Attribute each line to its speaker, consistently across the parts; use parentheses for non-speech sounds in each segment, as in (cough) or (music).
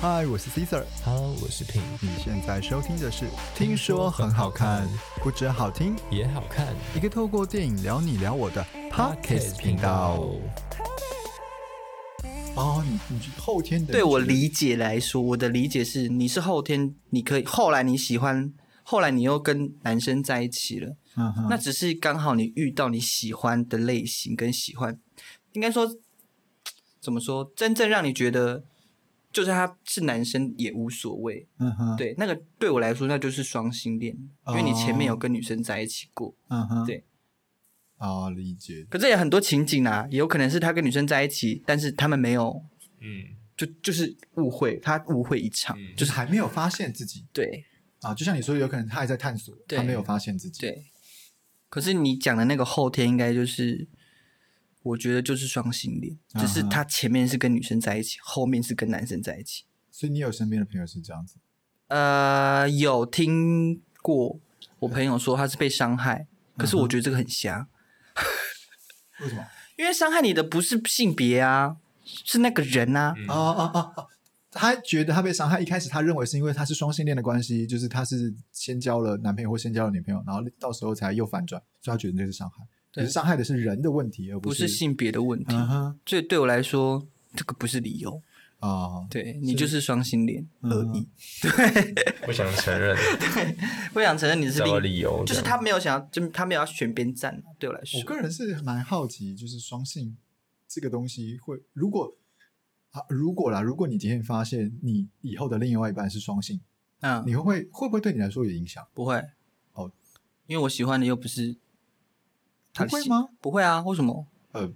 Speaker 1: 嗨，我是 Caesar，
Speaker 2: Hello，我是品，
Speaker 1: 你现在收听的是《听说很好看》，不止好听，
Speaker 2: 也好看。
Speaker 1: 一个透过电影聊你聊我的 Podcast 频道。哦，你你是后天的
Speaker 3: 对我理解来说，我的理解是，你是后天，你可以后来你喜欢，后来你又跟男生在一起了，
Speaker 1: 嗯哼
Speaker 3: 那只是刚好你遇到你喜欢的类型跟喜欢，应该说怎么说，真正让你觉得就是他是男生也无所谓，
Speaker 1: 嗯哼，
Speaker 3: 对，那个对我来说那就是双性恋，因为你前面有跟女生在一起过，
Speaker 1: 嗯哼，
Speaker 3: 对，
Speaker 1: 哦，理解，
Speaker 3: 可这也很多情景啊，也有可能是他跟女生在一起，但是他们没有，
Speaker 2: 嗯，
Speaker 3: 就就是误会，他误会一场，
Speaker 2: 嗯
Speaker 1: 就是还没有发现自己
Speaker 3: 对。
Speaker 1: 啊，就像你说，有可能他还在探索，
Speaker 3: 对
Speaker 1: 他没有发现自己，，
Speaker 3: 对，可是你讲的那个后天，应该就是，我觉得就是双性恋，只
Speaker 1: 嗯
Speaker 3: 是
Speaker 1: 哼
Speaker 3: 他前面是跟女生在一起，后面是跟男生在一起。
Speaker 1: 所以你有身边的朋友是这样子，
Speaker 3: 呃，有听过我朋友说他是被伤害，
Speaker 1: 嗯
Speaker 3: 可是我觉得这个很瞎，
Speaker 1: 为什么？
Speaker 3: 因为伤害你的不是性别啊，是那个人啊。
Speaker 2: 嗯
Speaker 1: 哦哦哦哦，他觉得他被伤害，一开始他认为是因为他是双性恋的关系，就是他是先交了男朋友或先交了女朋友，然后到时候才又反转，所以他觉得这是伤害。可
Speaker 3: 对
Speaker 1: 是伤害的是人的问题，而
Speaker 3: 不
Speaker 1: 是
Speaker 3: 是。性别的问题，
Speaker 1: 嗯哼，
Speaker 3: 所以对我来说，这个不是理由。
Speaker 1: 哦，
Speaker 3: 对你就是双性恋
Speaker 1: 嗯
Speaker 3: 而已，
Speaker 2: 不想承认，
Speaker 3: 不想承认你是
Speaker 2: 找个
Speaker 3: 另，
Speaker 2: 理由，
Speaker 3: 就是
Speaker 2: 这样
Speaker 3: 他没有想要，就他没有要选边站啊。对我来说，
Speaker 1: 我个人是蛮好奇，就是双性这个东西会，如果啊，如果啦，如果你今天发现你以后的另外一半是双性，
Speaker 3: 嗯，
Speaker 1: 你会不会会不会对你来说有影响？
Speaker 3: 不会。
Speaker 1: 哦，
Speaker 3: 因为我喜欢的又不是他
Speaker 1: 不
Speaker 3: 的
Speaker 1: 会
Speaker 3: 喜
Speaker 1: 吗？
Speaker 3: 不会啊，为什么？
Speaker 1: 呃，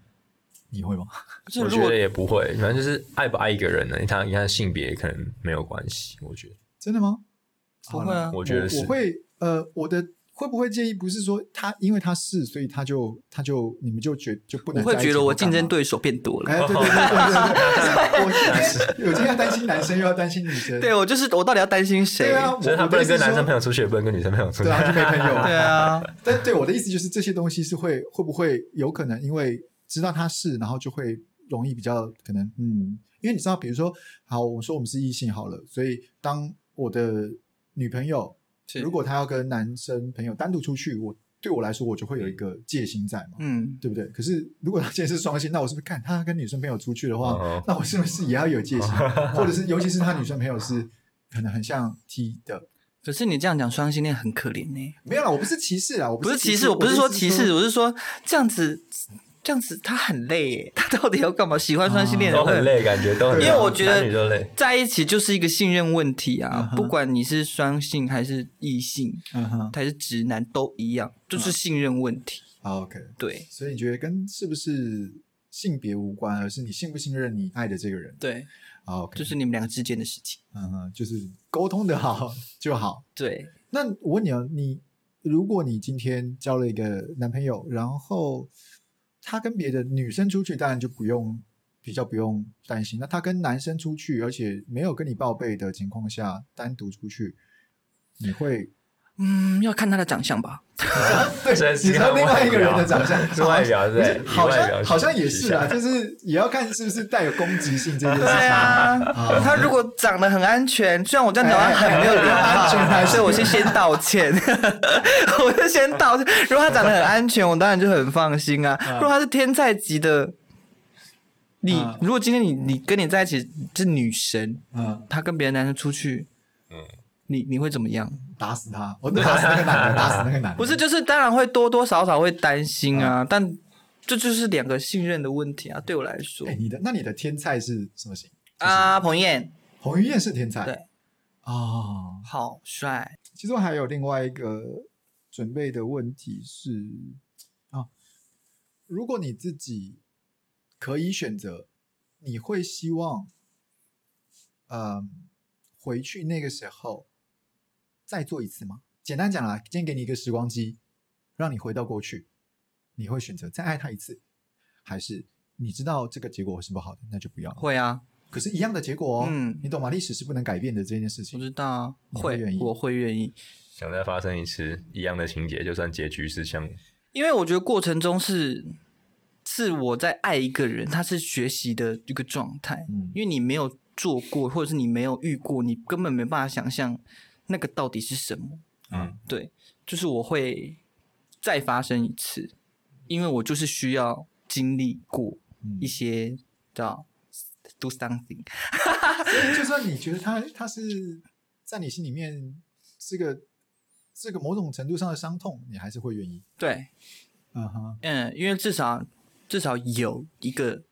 Speaker 1: 你会吗？
Speaker 3: 就
Speaker 2: 我
Speaker 3: 如
Speaker 2: 觉
Speaker 3: 果
Speaker 2: 得也不会，反正就是爱不爱一个人呢，他跟他性别可能没有关系，我觉得。
Speaker 1: 真的吗？
Speaker 3: 不会啊
Speaker 2: 我觉得
Speaker 1: 我
Speaker 2: 是
Speaker 1: 会呃，我的会不会介意？不是说他，因为他是，所以他就他就你们就觉就不
Speaker 3: 我
Speaker 1: 能
Speaker 3: 会
Speaker 1: 在一起
Speaker 3: 觉得
Speaker 1: 或
Speaker 3: 我
Speaker 1: 干
Speaker 3: 竞争
Speaker 1: 嘛。
Speaker 3: 对手变多
Speaker 1: 哎，
Speaker 3: 了。
Speaker 1: 对对对对对对， (laughs) 我今
Speaker 3: (laughs)
Speaker 1: 天我今天要担心男生，又要担心女生，
Speaker 3: 对，我就是我到底要担心谁
Speaker 1: 对？啊，我
Speaker 2: 所以他不能跟男生朋
Speaker 1: 友，
Speaker 2: 友出去，也不能跟女生朋友出去
Speaker 1: 对。啊，就没
Speaker 2: (laughs)
Speaker 1: 朋友，
Speaker 3: 对啊，
Speaker 1: 但对我的意思就是，这些东西是会会不会有可能因为知道他是，然后就会容易比较可能嗯，因为你知道，比如说，好，我说我们是异性好了，所以当我的女朋友
Speaker 3: 是
Speaker 1: 如果她要跟男生朋友单独出去，我对我来说我就会有一个戒心在嘛，
Speaker 3: 嗯，
Speaker 1: 对不对？可是如果她现在是双性，那我是不是看她跟女生朋友出去的话，
Speaker 3: 哦
Speaker 2: 嗯
Speaker 1: 那我是不是也要有戒心？或者是尤其是她女生朋友是可能很像 T 的。
Speaker 3: 可是你这样讲双性恋很可怜呢。
Speaker 1: 没有啦，我不是歧视啦，我
Speaker 3: 不是
Speaker 1: 是
Speaker 3: 歧
Speaker 1: 歧
Speaker 3: 视，我不是说歧
Speaker 1: 我的意思
Speaker 3: 视，我是说这样子，这样子他很累耶。他到底要干嘛？喜欢双性恋的
Speaker 2: 啊都
Speaker 3: 人会
Speaker 2: 很累，感觉都很累，
Speaker 3: 因为我觉得
Speaker 2: 男女都累。
Speaker 3: 在一起就是一个信任问题啊
Speaker 1: 嗯，哼
Speaker 3: 不管你是双性还是异性，
Speaker 1: 嗯哼
Speaker 3: 还是直男都一样，就是信任问题。
Speaker 1: 好，OK。
Speaker 3: 对
Speaker 1: 所以你觉得跟是不是性别无关，而是你信不信任你爱的这个人？
Speaker 3: 对，
Speaker 1: 好，OK。
Speaker 3: 就是你们两个之间的事情。
Speaker 1: 嗯哼，就是沟通的好就好。
Speaker 3: 对，
Speaker 1: 那我问你哦，你如果你今天交了一个男朋友，然后他跟别的女生出去，当然就不用比较不用担心。那他跟男生出去，而且没有跟你报备的情况下，单独出去，你会
Speaker 3: 嗯，要看他的长相吧。
Speaker 1: 对，
Speaker 2: 所以
Speaker 1: 你知道另外一个人的长相，
Speaker 2: 是外表对
Speaker 1: 不是好
Speaker 2: 以外表
Speaker 1: 像
Speaker 2: 取
Speaker 1: 好像也是啊，
Speaker 2: 向
Speaker 1: 就是也要看是不是带有攻击性
Speaker 3: (laughs)
Speaker 1: 这件事情。
Speaker 3: 啊
Speaker 1: 啊，
Speaker 3: (laughs)
Speaker 1: 哎
Speaker 3: 他如果长得很安全，虽然我这样讲他很没有礼
Speaker 1: 安全还
Speaker 3: 貌，
Speaker 1: 是
Speaker 3: 所以我是先道歉， (laughs) 我就先道歉。如果他长得很安全，我当然就很放心啊。如果他是天才级的，你
Speaker 1: 嗯
Speaker 3: 如果今天你你跟你在一起是女神，
Speaker 1: 嗯，
Speaker 3: 他跟别的男生出去，你你会怎么样？
Speaker 1: 打死他，我打死那个男的，打死那个男的，
Speaker 3: 不是，就是当然会多多少少会担心啊，
Speaker 1: 嗯
Speaker 3: 但这就是两个信任的问题啊。对我来说
Speaker 1: 哎，你的那你的天菜是什么型？
Speaker 3: 啊，彭燕
Speaker 1: 彭于晏是天才，
Speaker 3: 对
Speaker 1: 哦。
Speaker 3: 好帅，
Speaker 1: 其实我还有另外一个准备的问题是啊，如果你自己可以选择，你会希望，嗯，回去那个时候再做一次吗？简单讲啦，今天给你一个时光机，让你回到过去，你会选择再爱他一次，还是你知道这个结果是不好的，那就不要了？
Speaker 3: 会啊。
Speaker 1: 可是，一样的结果哦，
Speaker 3: 嗯
Speaker 1: 你懂吗？历史是不能改变的这件事
Speaker 3: 我
Speaker 1: 情。
Speaker 3: 知道啊，
Speaker 1: 你会
Speaker 3: 会
Speaker 1: 愿意
Speaker 3: 我会愿意，
Speaker 2: 想再发生一次一样的情节，就算结局是像
Speaker 3: 因为我觉得过程中是是我在爱一个人，他是学习的一个状态，
Speaker 1: 嗯
Speaker 3: 因为你没有做过，或者是你没有遇过，你根本没办法想象那个到底是什么。
Speaker 2: 嗯，
Speaker 3: 对，就是我会再发生一次，因为我就是需要经历过
Speaker 1: 嗯
Speaker 3: 一些叫 do something，
Speaker 1: 就算你觉得他他是在你心里面是个是个某种程度上的伤痛，你还是会愿意。
Speaker 3: 对，
Speaker 1: 嗯哼，
Speaker 3: 嗯，因为至少至少有一个，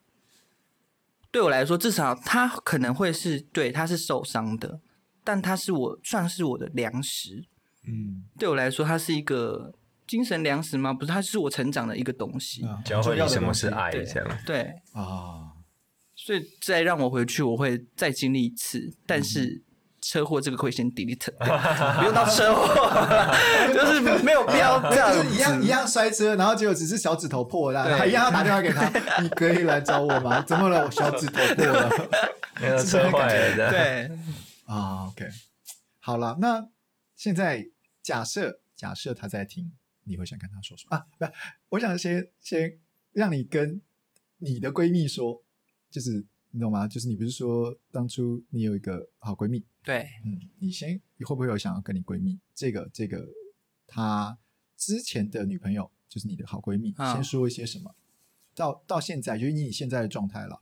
Speaker 3: 对我来说，至少他可能会是对他是受伤的，但他是我算是我的粮食。
Speaker 1: 嗯，
Speaker 3: 对我来说，它是一个精神粮食吗？不是，它是我成长的一个东西。
Speaker 1: 啊
Speaker 2: 教会你什么是爱，
Speaker 3: 对
Speaker 2: 这样。
Speaker 3: 对，
Speaker 1: 啊？
Speaker 3: 所以再让我回去，我会再经历一次，但是。车祸这个会先 delete，掉不用到车祸， (laughs) 就是没有必要这
Speaker 1: (laughs)
Speaker 3: 样
Speaker 1: 就
Speaker 3: 子。
Speaker 1: 是一样一样摔车，然后结果只是小指头破了，
Speaker 3: 对
Speaker 1: 他一样要打电话给他，你可以来找我吗？怎么了？我小指头破了。
Speaker 2: 那个车坏了，这样。
Speaker 3: 对，
Speaker 1: 啊，OK，好了，那现在假设假设他在听，你会想跟他说什么啊？不，我想先先让你跟你的闺蜜说，就是你懂吗？就是你不是说当初你有一个好闺蜜，
Speaker 3: 对，
Speaker 1: 嗯，你先你会不会有想要跟你闺蜜这个这个她之前的女朋友，就是你的好闺蜜，
Speaker 3: 啊
Speaker 1: 先说一些什么？到到现在，就是以你现在的状态了，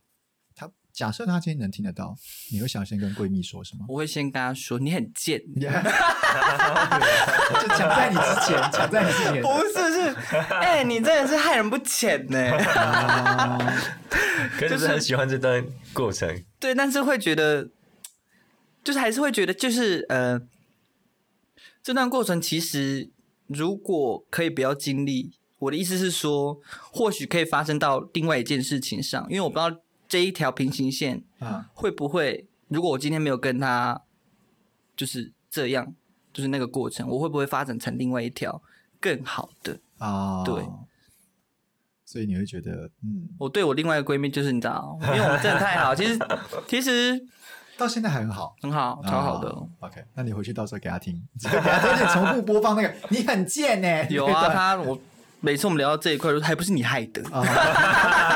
Speaker 1: 她假设她今天能听得到，你会想先跟闺蜜说什么？
Speaker 3: 我会先跟他说你很贱，
Speaker 1: (laughs) 就抢在你之前，抢在你之 (laughs) 前。
Speaker 3: 不是是，哎、你真的是害人不浅呢。
Speaker 1: 啊
Speaker 2: 可是很喜欢这段过程，
Speaker 3: 对，但是会觉得，就是还是会觉得，就是呃，这段过程其实如果可以不要经历，我的意思是说，或许可以发生到另外一件事情上，因为我不知道这一条平行线
Speaker 1: 啊
Speaker 3: 会不会，如果我今天没有跟他就是这样，就是那个过程，我会不会发展成另外一条更好的？
Speaker 1: 啊！
Speaker 3: 对，
Speaker 1: 所以你会觉得，嗯，
Speaker 3: 我对我另外一个闺蜜就是你知道，因为我们真的太好，其实其实
Speaker 1: 到现在还很好，
Speaker 3: 很好，超好的。
Speaker 1: 啊 OK，那你回去到时候给他听， (laughs) 给他听，而且重复播放那个，你很贱欸 (laughs) 呢。
Speaker 3: 有啊，他我每次我们聊到这一块，都还不是你害
Speaker 1: (laughs)
Speaker 3: 的。
Speaker 1: 啊，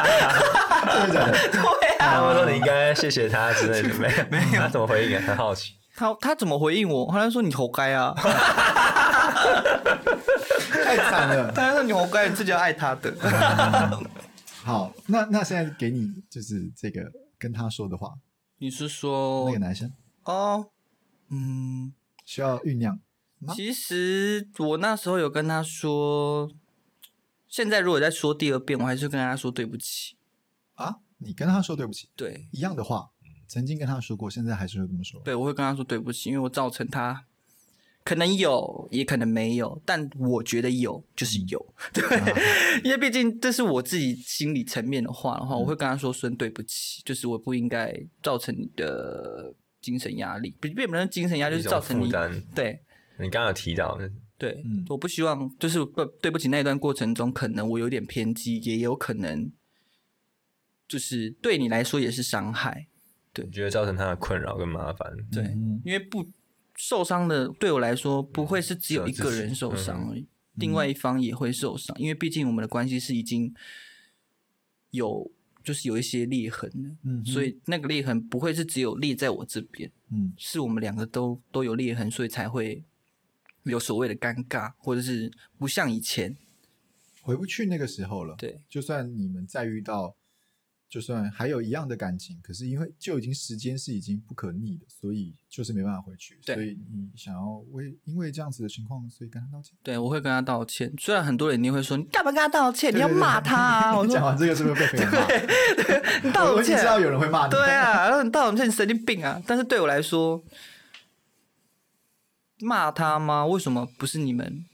Speaker 1: 真的假的？
Speaker 3: 对啊，
Speaker 2: 他们说你应该谢谢他之类的，没有？没有，他怎么回应啊？很好奇。
Speaker 3: 他他怎么回应我？他就说你活该啊， (laughs)
Speaker 1: 太惨了。
Speaker 3: 他就说你活该，你自己要爱他的。
Speaker 1: 好，那那现在给你就是这个跟他说的话，
Speaker 3: (laughs) 你是说
Speaker 1: 那个男生
Speaker 3: 哦，嗯，
Speaker 1: 需要酝酿。啊
Speaker 3: 其实我那时候有跟他说，现在如果再说第二遍，我还是跟他说对不起。
Speaker 1: 啊，你跟他说对不起，
Speaker 3: 对
Speaker 1: 一样的话，曾经跟他说过，现在还是会这么说。
Speaker 3: 对，我会跟他说对不起，因为我造成他。可能有，也可能没有，但我觉得有就是有， (laughs)
Speaker 1: 啊，
Speaker 3: 因为毕竟这是我自己心理层面的话的话，我会跟他说声对不起，就是我不应该造成你的精神压力，不，并不能精神压力，就
Speaker 2: 一
Speaker 3: 是造
Speaker 2: 种
Speaker 3: 成
Speaker 2: 负
Speaker 3: 你
Speaker 2: 担。
Speaker 3: 对
Speaker 2: 你刚刚有提到，
Speaker 3: 对，
Speaker 1: 嗯
Speaker 3: 我不希望就是不对不起那一段过程中，可能我有点偏激，也有可能就是对你来说也是伤害，
Speaker 2: 你觉得造成他的困扰跟麻烦，
Speaker 3: 对，
Speaker 1: 嗯
Speaker 3: 因为不受伤的对我来说不会是只有一个人受
Speaker 1: 嗯
Speaker 3: 伤而已，另外一方也会受伤，因为毕竟我们的关系是已经有就是有一些裂痕的，
Speaker 1: 嗯哼
Speaker 3: 所以那个裂痕不会是只有裂在我这边，
Speaker 1: 嗯
Speaker 3: 是我们两个都都有裂痕，所以才会有所谓的尴尬，或者是不像以前，
Speaker 1: 回不去那个时候了。，
Speaker 3: 对
Speaker 1: 就算你们再遇到，就算还有一样的感情，可是因为就已经时间是已经不可逆的，所以就是没办法回去。
Speaker 3: 对
Speaker 1: 所以你想要为因为这样子的情况，所以跟他道歉。
Speaker 3: 对，我会跟他道歉。虽然很多人一定会说你干嘛跟他道歉，你要
Speaker 1: 对对对
Speaker 3: 骂他啊，
Speaker 1: (laughs)
Speaker 3: 我
Speaker 1: 你讲
Speaker 3: 说
Speaker 1: 完这个是不是被别人骂？
Speaker 3: 你
Speaker 1: 我
Speaker 3: 道
Speaker 1: (laughs) 我已经
Speaker 3: 歉
Speaker 1: 知道有人会骂你。
Speaker 3: (laughs) 对啊，然后你到我们这里神经病啊！但是对我来说，骂他吗？为什么不是你们，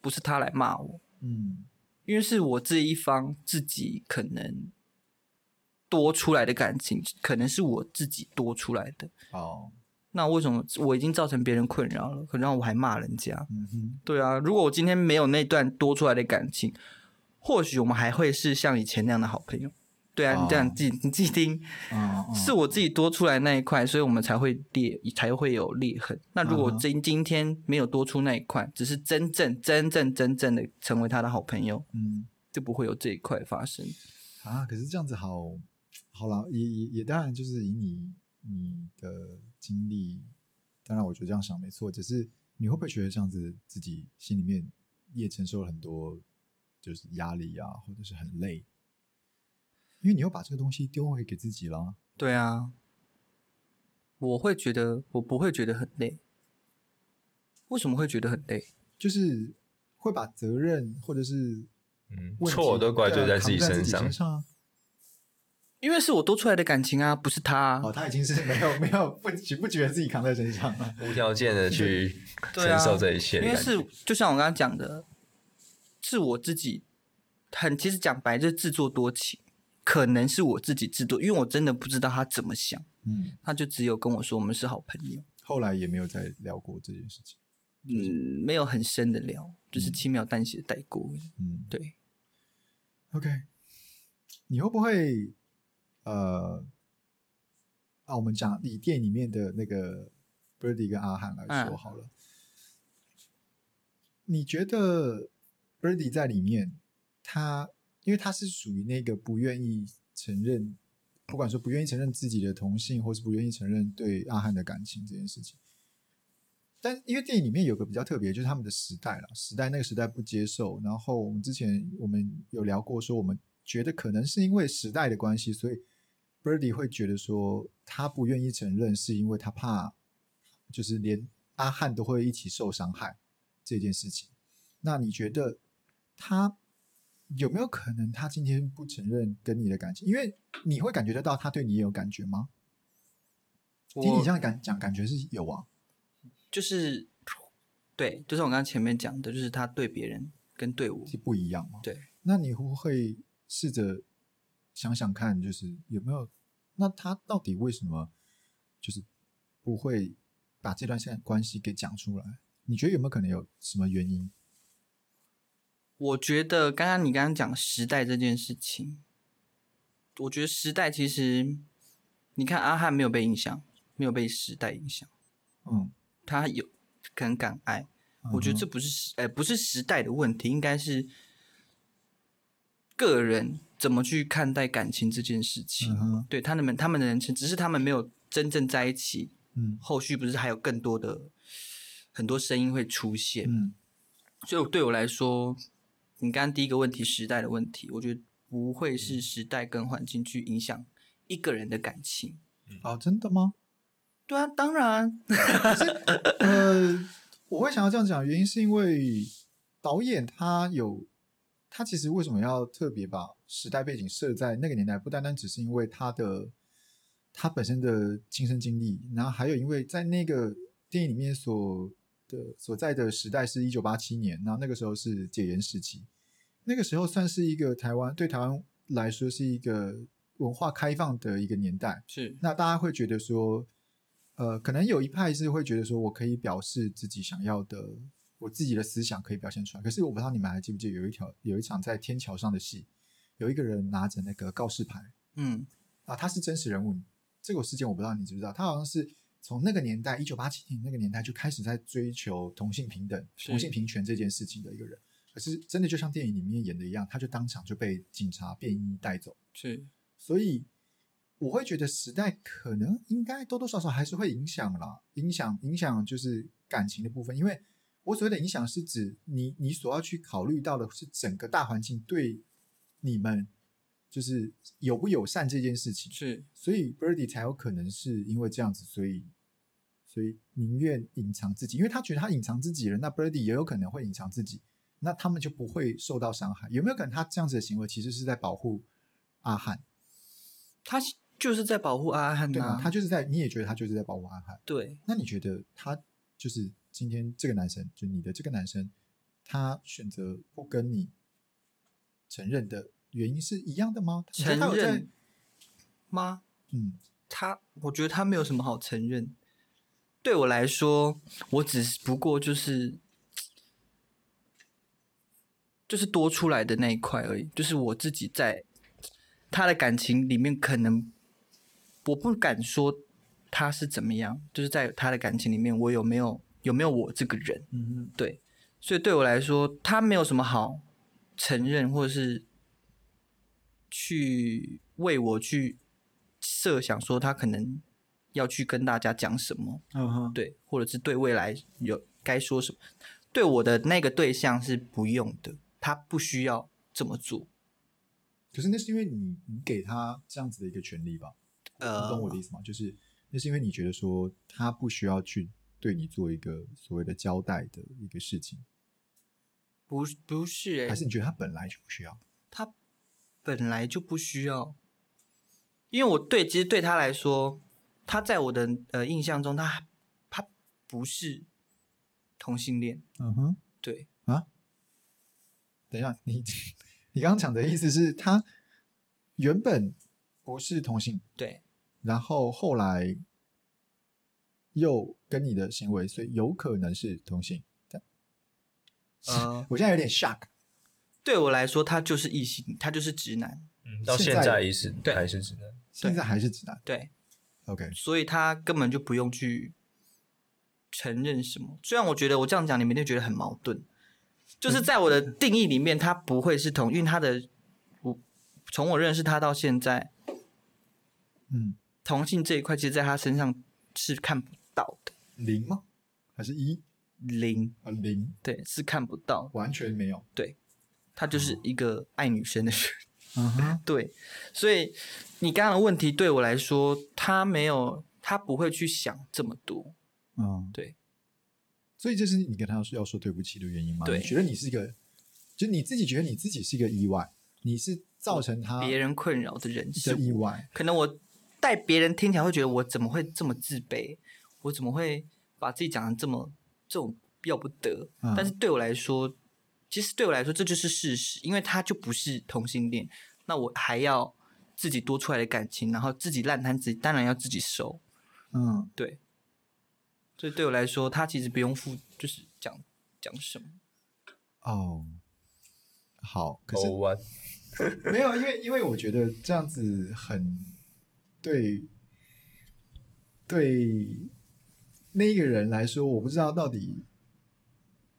Speaker 3: 不是他来骂我？
Speaker 1: 嗯
Speaker 3: 因为是我这一方自己可能多出来的感情，可能是我自己多出来的。
Speaker 1: 好，
Speaker 3: 那为什么我已经造成别人困扰了，可让我还骂人家？
Speaker 1: 嗯哼，
Speaker 3: 对啊，如果我今天没有那段多出来的感情，或许我们还会是像以前那样的好朋友。对啊，你这样
Speaker 1: 哦
Speaker 3: 自己你自己听，
Speaker 1: 啊、嗯，
Speaker 3: 是我自己多出来那一块，所以我们才会裂，才会有裂痕。那如果
Speaker 1: 嗯哼
Speaker 3: 今今天没有多出那一块，只是真正真正真正的成为他的好朋友，
Speaker 1: 嗯，
Speaker 3: 就不会有这一块发生。
Speaker 1: 啊，可是这样子好，好啦，也也也当然就是以你你的经历，当然我觉得这样想没错，只是你会不会觉得这样子自己心里面也承受了很多就是压力啊，或者是很累，因为你又把这个东西丢回给自己啦。
Speaker 3: 对啊，我会觉得我不会觉得很累。为什么会觉得很累？
Speaker 1: 就是会把责任或者是
Speaker 2: 嗯，
Speaker 1: 问题
Speaker 2: 错都怪罪
Speaker 1: 对啊
Speaker 2: 在自己
Speaker 1: 扛在
Speaker 2: 身
Speaker 1: 身
Speaker 2: 上。
Speaker 1: 上啊。
Speaker 3: 因为是我多出来的感情啊，不是他、啊。
Speaker 1: 哦，他已经是没有没有不不觉得自己扛在身上了。
Speaker 2: 无条件的去
Speaker 3: 对啊
Speaker 2: 承受这一切的
Speaker 3: 因为
Speaker 2: 感觉，
Speaker 3: 是就像我刚刚讲的，是我自己很其实讲白就是自作多情，可能是我自己自作，因为我真的不知道他怎么想，
Speaker 1: 嗯，
Speaker 3: 他就只有跟我说我们是好朋友，
Speaker 1: 后来也没有再聊过这件事情。
Speaker 3: 嗯，没有很深的聊，就是
Speaker 1: 嗯
Speaker 3: 轻描淡写地带过。
Speaker 1: 嗯，
Speaker 3: 对，
Speaker 1: OK，你会不会呃，啊，我们讲以店里面的那个 Birdy 跟阿汉来说
Speaker 3: 嗯
Speaker 1: 好了，你觉得 Birdy 在里面，他因为他是属于那个不愿意承认，不管说不愿意承认自己的同性，或是不愿意承认对阿汉的感情这件事情。但因为电影里面有个比较特别，就是他们的时代了，时代那个时代不接受。然后我们之前我们有聊过，说我们觉得可能是因为时代的关系，所以 Birdy 会觉得说他不愿意承认，是因为他怕就是连阿汉都会一起受伤害这件事情。那你觉得他有没有可能他今天不承认跟你的感情？因为你会感觉得到他对你也有感觉吗？听你
Speaker 3: 我
Speaker 1: 这样感讲，感觉是有啊。
Speaker 3: 就是对，就是我刚刚前面讲的，就是他对别人跟对我，
Speaker 1: 是不一样嘛。
Speaker 3: 对，
Speaker 1: 那你会不会试着想想看，就是有没有？那他到底为什么就是不会把这段现关系给讲出来？你觉得有没有可能有什么原因？
Speaker 3: 我觉得刚刚你刚刚讲时代这件事情，我觉得时代其实，你看阿汉没有被影响，没有被时代影响，
Speaker 1: 嗯，
Speaker 3: 他有很敢爱。我觉得这不是时，呃，不是时代的问题，应该是个人怎么去看待感情这件事情。
Speaker 1: 嗯哼
Speaker 3: 对他们，他们的人生，只是他们没有真正在一起，
Speaker 1: 嗯
Speaker 3: 后续不是还有更多的很多声音会出现。 (laughs)
Speaker 1: 嗯
Speaker 3: 所以对我来说，你刚刚第一个问题，时代的问题，我觉得不会是时代跟环境去影响一个人的感情。
Speaker 1: 啊，真的吗？
Speaker 3: 对啊，当然，
Speaker 1: 呃， (laughs) 我会想要这样讲，原因是因为导演他有，他其实为什么要特别把时代背景设在那个年代，不单单只是因为他的他本身的亲身经历，然后还有因为在那个电影里面所的所在的时代是一九八七年，然后那个时候是解严时期，那个时候算是一个台湾对台湾来说是一个文化开放的一个年代，
Speaker 3: 是
Speaker 1: 那大家会觉得说，呃，可能有一派是会觉得说我可以表示自己想要的，我自己的思想可以表现出来。可是我不知道你们还记不记得有一条有一场在天桥上的戏，有一个人拿着那个告示牌
Speaker 3: 嗯，
Speaker 1: 啊，他是真实人物，这个事件我不知道你知不知道，他好像是。从那个年代，一九八七年那个年代就开始在追求同性平等、
Speaker 3: 是
Speaker 1: 同性平权这件事情的一个人，可是真的就像电影里面演的一样，他就当场就被警察便衣带走。
Speaker 3: 是
Speaker 1: 所以我会觉得时代可能应该多多少少还是会影响啦，影响影响就是感情的部分，因为我所谓的影响是指你你所要去考虑到的是整个大环境对你们就是友不友善这件事情，
Speaker 3: 是，
Speaker 1: 所以 Birdy 才有可能是因为这样子，所以所以宁愿隐藏自己，因为他觉得他隐藏自己了，那 Birdy 也有可能会隐藏自己，那他们就不会受到伤害。有没有可能他这样子的行为其实是在保护阿汉？
Speaker 3: 他就是在保护阿汉
Speaker 1: 对
Speaker 3: 呐、
Speaker 1: 啊，他就是在，你也觉得他就是在保护阿汉。
Speaker 3: 对
Speaker 1: 那你觉得他就是今天这个男生，就你的这个男生，他选择不跟你承认的原因是一样的吗？你觉得他
Speaker 3: 承
Speaker 1: 有在
Speaker 3: 认吗？
Speaker 1: 嗯
Speaker 3: 他，我觉得他没有什么好承认。对我来说，我只是不过就是就是多出来的那一块而已，就是我自己在他的感情里面，可能我不敢说他是怎么样，就是在他的感情里面，我有没有有没有我这个人？
Speaker 1: 嗯
Speaker 3: 对，所以对我来说，他没有什么好承认或者是去为我去设想说他可能要去跟大家讲什么，
Speaker 1: 嗯哼，
Speaker 3: 对，或者是对未来有该说什么，对我的那个对象是不用的，他不需要这么做。
Speaker 1: 可是那是因为你你给他这样子的一个权利吧？你懂我
Speaker 3: 呃，
Speaker 1: 的意思吗？就是那是因为你觉得说他不需要去对你做一个所谓的交代的一个事情，
Speaker 3: 不，不是、欸，
Speaker 1: 还是你觉得他本来就不需要？
Speaker 3: 他本来就不需要，因为我对其实对他来说，他在我的呃印象中，他他不是同性恋，
Speaker 1: 嗯哼，
Speaker 3: 对，
Speaker 1: 等一下，你你刚刚讲的意思是他原本不是同性，
Speaker 3: 对，
Speaker 1: 然后后来又跟你的行为，所以有可能是同性。但 (laughs)
Speaker 3: 呃，
Speaker 1: 我现在有点 shock，
Speaker 3: 对我来说，他就是异性，他就是直男，
Speaker 2: 嗯，到
Speaker 1: 现
Speaker 2: 现
Speaker 1: 在
Speaker 2: 在也是
Speaker 3: 对
Speaker 2: 还是直男，
Speaker 1: 现在还是直男。
Speaker 3: 对，
Speaker 1: OK，
Speaker 3: 所以他根本就不用去承认什么。虽然我觉得我这样讲，你们一定觉得很矛盾，就是在我的定义里面，他不会是同，因为他的我从我认识他到现在，
Speaker 1: 嗯，
Speaker 3: 同性这一块，其实在他身上是看不到的，
Speaker 1: 零吗？还是一
Speaker 3: 呃零
Speaker 1: 啊？零，
Speaker 3: 对是看不到，
Speaker 1: 完全没有。
Speaker 3: 他就是一个爱女生的人。
Speaker 1: 嗯哼，
Speaker 3: (laughs) 对，所以你刚刚的问题对我来说，他没有，他不会去想这么多。
Speaker 1: 嗯，
Speaker 3: 对。
Speaker 1: 所以这是你跟他说要说对不起的原因吗？
Speaker 3: 对
Speaker 1: 你觉得你是一个，就你自己觉得你自己是一个意外，你是造成他
Speaker 3: 别人困扰的人是
Speaker 1: 啊的意外。
Speaker 3: 可能我带别人听起来会觉得我怎么会这么自卑，我怎么会把自己讲的这么这种要不得？
Speaker 1: 嗯
Speaker 3: 但是对我来说，其实对我来说这就是事实，因为他就不是同性恋，那我还要自己多出来的感情，然后自己烂摊子，当然要自己收。
Speaker 1: 嗯，
Speaker 3: 对，所以对我来说，他其实不用负，就是讲讲什么。
Speaker 1: 哦，好，可是
Speaker 2: 哦哇，
Speaker 1: 没有，因为因为我觉得这样子很对对那个人来说，我不知道到底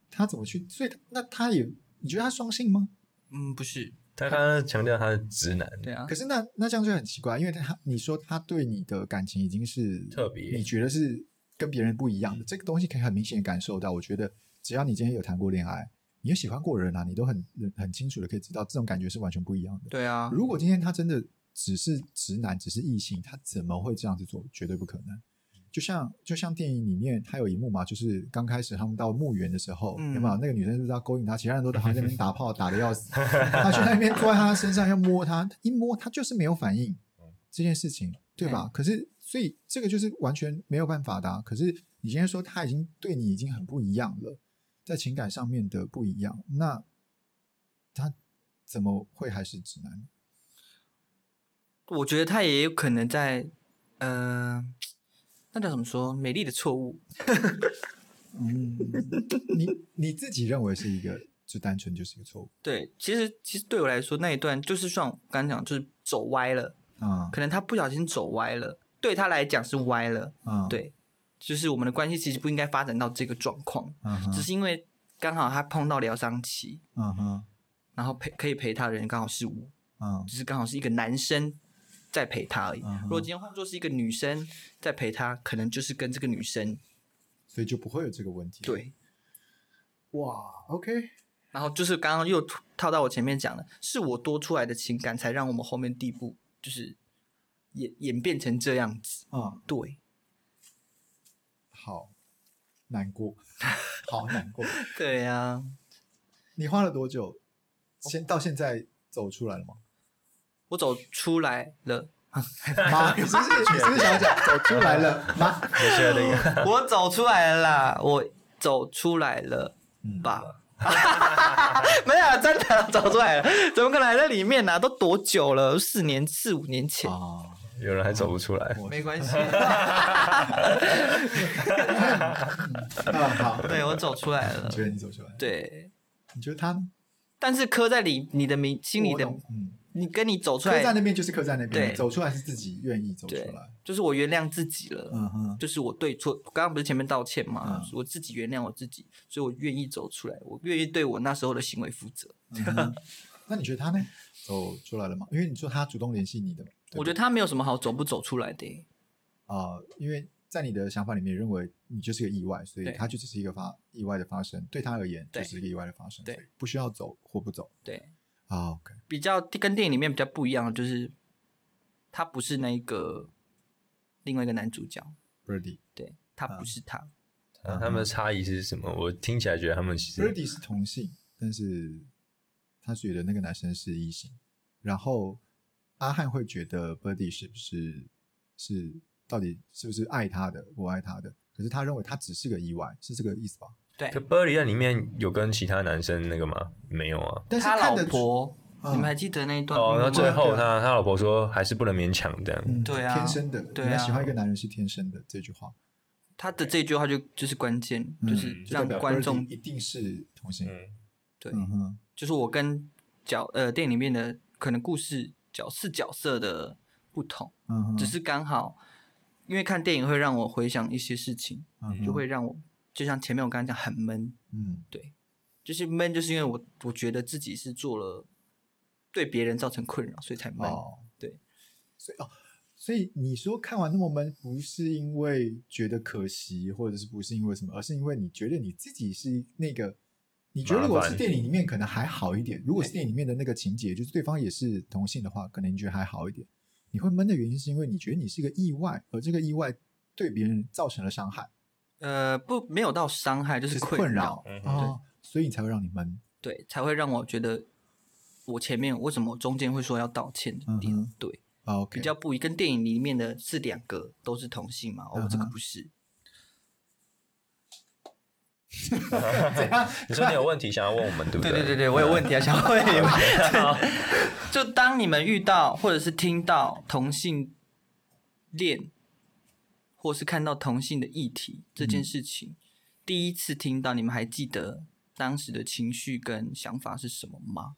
Speaker 1: 他怎么去，所以他那他也你觉得他双性吗？
Speaker 3: 嗯，不是，
Speaker 2: 他刚刚强调他是直男，
Speaker 3: 对啊
Speaker 1: 可，是那那这样就很奇怪，因为他你说他对你的感情已经是
Speaker 2: 特别
Speaker 1: 你觉得是跟别人不一样的，这个东西可以很明显的感受到。我觉得只要你今天有谈过恋爱，你有喜欢过人啊，你都很很清楚的可以知道，这种感觉是完全不一样的。
Speaker 3: 对啊，
Speaker 1: 如果今天他真的只是直男，只是异性，他怎么会这样子做？绝对不可能。就像就像电影里面，他有一幕嘛，就是刚开始他们到墓园的时候，
Speaker 3: 嗯
Speaker 1: 有没有那个女生是不是要勾引他？其他人都在旁边那边打炮，打的要死，他去那边坐在他身上要摸他，他一摸他就是没有反应
Speaker 2: 嗯，
Speaker 1: 这件事情对吧？可是所以这个就是完全没有办法的啊、可是你今天说他已经对你已经很不一样了，在情感上面的不一样，那他怎么会还是直男呢？
Speaker 3: 我觉得他也有可能在，呃，那叫怎么说？美丽的错误，
Speaker 1: 嗯，你 (laughs) 你自己认为是一个，就单纯就是一个错误
Speaker 3: 对，其实其实对我来说那一段就是像我刚刚讲，就是走歪了，
Speaker 1: 啊
Speaker 3: 可能他不小心走歪了，对他来讲是歪了，
Speaker 1: 啊，，
Speaker 3: 对，就是我们的关系其实不应该发展到这个状况，
Speaker 1: 嗯
Speaker 3: 只
Speaker 1: 哼，
Speaker 3: 是因为刚好他碰到疗伤期，
Speaker 1: 嗯哼，
Speaker 3: 然后陪可以陪他的人刚好是我，
Speaker 1: 嗯
Speaker 3: 只是刚好是一个男生在陪他而已。
Speaker 1: 嗯哼
Speaker 3: 如果今天换作是一个女生在陪他，可能就是跟这个女生
Speaker 1: 所以就不会有这个问题。，
Speaker 3: 对，
Speaker 1: 哇，OK，
Speaker 3: 然后就是刚刚又吐套到我前面讲的，是我多出来的情感才让我们后面地步就是演演变成这样子。
Speaker 1: 嗯，
Speaker 3: 对
Speaker 1: 好，难
Speaker 3: (laughs)
Speaker 1: 过，好难过。
Speaker 3: 对啊呀、
Speaker 1: 你花了多久？先到现在走出来了吗？
Speaker 3: (laughs) 我走出来
Speaker 1: (laughs)
Speaker 3: 了，
Speaker 1: 妈，你是不是你是不是想讲走出来了？
Speaker 3: (laughs)
Speaker 1: 妈，
Speaker 2: 我现在那个
Speaker 3: 我走出来了啦，我走出来了
Speaker 1: 嗯，
Speaker 3: 吧。 (laughs) 没有啦，真的啦走出来了，怎么可能还在里面呢、都多久了？四年、四五年前，
Speaker 1: 啊，
Speaker 2: 有人还走不出来，
Speaker 1: 我
Speaker 3: 没关系。
Speaker 1: 啊好，
Speaker 3: 对我走出
Speaker 1: (laughs)
Speaker 3: 来
Speaker 1: 你
Speaker 3: 了，
Speaker 1: 觉得你走出来了？
Speaker 3: 对。
Speaker 1: 你觉得他呢
Speaker 3: 但是刻在里你的名心里
Speaker 1: 我
Speaker 3: 的
Speaker 1: 懂，嗯，
Speaker 3: 你跟你走出
Speaker 1: 刻
Speaker 3: 来
Speaker 1: 在那边就是刻在那边，
Speaker 3: 对
Speaker 1: 走出来是自己愿意走出
Speaker 3: 对
Speaker 1: 来。
Speaker 3: 就是我原谅自己了，
Speaker 1: 嗯哼，
Speaker 3: 就是我对错，刚刚不是前面道歉嘛，
Speaker 1: 嗯
Speaker 3: 我自己原谅我自己，所以我愿意走出来，我愿意对我那时候的行为负责。
Speaker 1: 嗯哼那你觉得他呢？走哦出来了吗？因为你说他主动联系你的嘛，
Speaker 3: 我觉得他没有什么好走不走出来的耶。
Speaker 1: 啊、因为在你的想法里面认为你就是个意外，所以
Speaker 3: 对
Speaker 1: 它就只是一个发意外的发生，对他而言就
Speaker 3: 对
Speaker 1: 是一个意外的发生，
Speaker 3: 对，
Speaker 1: 不需要走或不走
Speaker 3: 对，
Speaker 1: 啊。OK，
Speaker 3: 比较跟电影里面比较不一样的就是，他不是那个另外一个男主角，
Speaker 1: Birdy
Speaker 3: 对他
Speaker 1: 嗯
Speaker 3: 不是他。
Speaker 2: 啊他们的差异是什么？我听起来觉得他们其实
Speaker 1: Birdy 是同性，但是他觉得那个男生是异性，然后阿汉会觉得 Birdy 是不是是到底是不是爱他的，我爱他的，可是他认为他只是个意外，是这个意思吧？
Speaker 3: 对
Speaker 2: 可，玻璃在里面有跟其他男生那个吗？没有啊。
Speaker 1: 但是
Speaker 3: 他
Speaker 1: 看
Speaker 3: 老
Speaker 1: 得出
Speaker 3: 婆，
Speaker 1: 嗯
Speaker 3: 你们还记得那一段吗？
Speaker 2: 哦，那最
Speaker 1: 对
Speaker 2: 后
Speaker 1: 啊
Speaker 2: 他他老婆说还是不能勉强这样。
Speaker 1: 嗯
Speaker 3: 对啊
Speaker 1: 天生的，
Speaker 3: 对
Speaker 1: 你要
Speaker 3: 啊
Speaker 1: 喜欢一个男人是天生的这句话，
Speaker 3: 他的这句话就就是关键，就是
Speaker 2: 嗯
Speaker 1: 代
Speaker 3: 让
Speaker 1: 表
Speaker 3: 观
Speaker 1: Birdy
Speaker 3: 众
Speaker 1: 一定是同性，
Speaker 2: 嗯，
Speaker 3: 对，
Speaker 1: 嗯哼，
Speaker 3: 就是我跟角呃电影里面的可能故事角是角色的不同，
Speaker 1: 嗯哼，
Speaker 3: 只是刚好因为看电影会让我回想一些事情，
Speaker 1: 嗯哼
Speaker 3: 就会让我就像前面我刚刚讲很闷，
Speaker 1: 嗯
Speaker 3: 就是闷，就是因为我我觉得自己是做了对别人造成困扰，所以才闷。
Speaker 1: 哦，
Speaker 3: 对，
Speaker 1: 所以哦，所以你说看完那么闷，不是因为觉得可惜，或者是不是因为什么，而是因为你觉得你自己是那个，你觉得如果
Speaker 2: 麻
Speaker 1: 是
Speaker 2: 烦
Speaker 1: 电影里面可能还好一点，如果是电影里面的那个情节，就是对方也是同性的话，可能你觉得还好一点。你会闷的原因是因为你觉得你是个意外，而这个意外对别人造成了伤害，
Speaker 3: 呃，不，没有到伤害，就
Speaker 1: 就是是
Speaker 3: 困
Speaker 1: 困
Speaker 3: 扰
Speaker 1: 扰，
Speaker 2: 嗯哼
Speaker 1: 哦，所以你才会让你闷。
Speaker 3: 对，才会让我觉得我前面为什么中间会说要道歉的点，
Speaker 1: 嗯哼
Speaker 3: 对，
Speaker 1: 啊 OK，
Speaker 3: 比较不一，跟电影里面的是两个都是同性嘛，哦，我这个
Speaker 1: 嗯哼
Speaker 3: 不是，
Speaker 1: 怎样？
Speaker 2: 你说你有问题想要问我们，对不
Speaker 3: 对
Speaker 2: 对
Speaker 3: 对对对，我有问题啊，想问你 (laughs) 们。就当你们遇到或者是听到同性恋，或是看到同性的议题这
Speaker 1: 嗯
Speaker 3: 件事情，第一次听到，你们还记得当时的情绪跟想法是什么吗？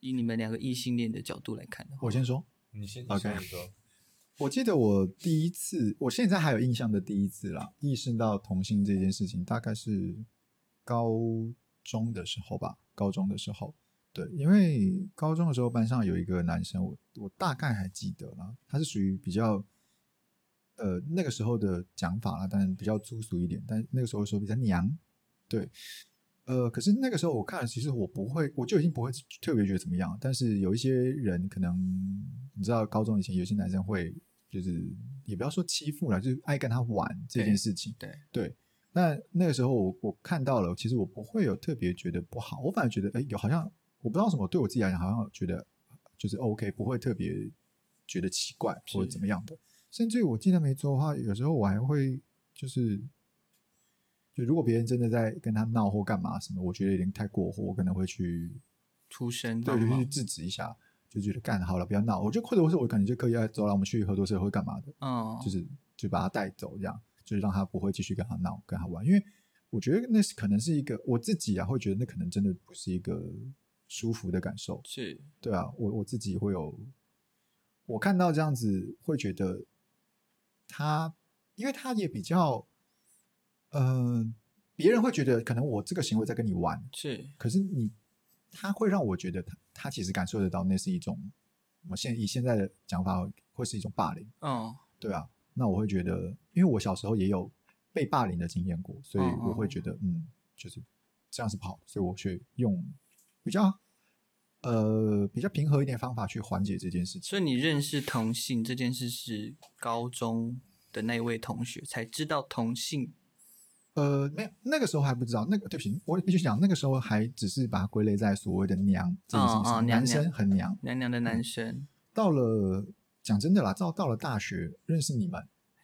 Speaker 3: 以你们两个异性恋的角度来看的话，
Speaker 1: 我先说，
Speaker 2: 你先
Speaker 1: 你先 OK
Speaker 2: 说。
Speaker 1: 我记得我第一次，我现在还有印象的第一次啦，意识到同性这件事情，大概是高中的时候吧。高中的时候，对，因为高中的时候班上有一个男生，我我大概还记得啦，他是属于比较，呃，那个时候的讲法啦，但比较粗俗一点，但那个时候说比较娘，对，呃，可是那个时候我看了，其实我不会，我就已经不会特别觉得怎么样。但是有一些人可能你知道，高中以前有些男生会就是也不要说欺负啦，就是爱跟他玩这件事情。
Speaker 3: 对
Speaker 1: 对，那那个时候我我看到了，其实我不会有特别觉得不好，我反而觉得哎，有好像我不知道为什么，对我自己来讲好像觉得就是 OK，不会特别觉得奇怪或者
Speaker 3: 是
Speaker 1: 怎么样的。甚至于我记得没错的话，有时候我还会就是，就如果别人真的在跟他闹或干嘛什么，我觉得有点太过火，我可能会去
Speaker 3: 出生
Speaker 1: 对，
Speaker 3: 好
Speaker 1: 就
Speaker 3: 不好
Speaker 1: 去制止一下，就觉得干好了，不要闹。我就或者是我可能就刻意要走了，我们去合作社会干嘛的，
Speaker 3: 嗯，
Speaker 1: 就是就把他带走，这样就是让他不会继续跟他闹、跟他玩，因为我觉得那是可能是一个我自己啊，会觉得那可能真的不是一个舒服的感受。
Speaker 3: 是
Speaker 1: 对啊，我我自己会有，我看到这样子会觉得他，因为他也比较，嗯，别人会觉得可能我这个行为在跟你玩，
Speaker 3: 是，
Speaker 1: 可是你，他会让我觉得他他其实感受得到那是一种，我现在以现在的讲法会是一种霸凌，
Speaker 3: 嗯，
Speaker 1: 对啊，那我会觉得，因为我小时候也有被霸凌的经验过，所以
Speaker 3: 嗯嗯
Speaker 1: 我会觉得，嗯，就是这样是不好的，所以我去用比较呃比较平和一点的方法去缓解这件事情。
Speaker 3: 所以你认识同性这件事是高中的那位同学才知道同性
Speaker 1: 呃，没有，那个时候还不知道，那个对不起，我必须讲，那个时候还只是把它归类在所谓的娘这件事情
Speaker 3: 哦哦
Speaker 1: 上，
Speaker 3: 娘
Speaker 1: 男生
Speaker 3: 娘
Speaker 1: 很娘。
Speaker 3: 娘娘的
Speaker 1: 嗯
Speaker 3: 男生，
Speaker 1: 到了讲真的啦，到到了大学认识你们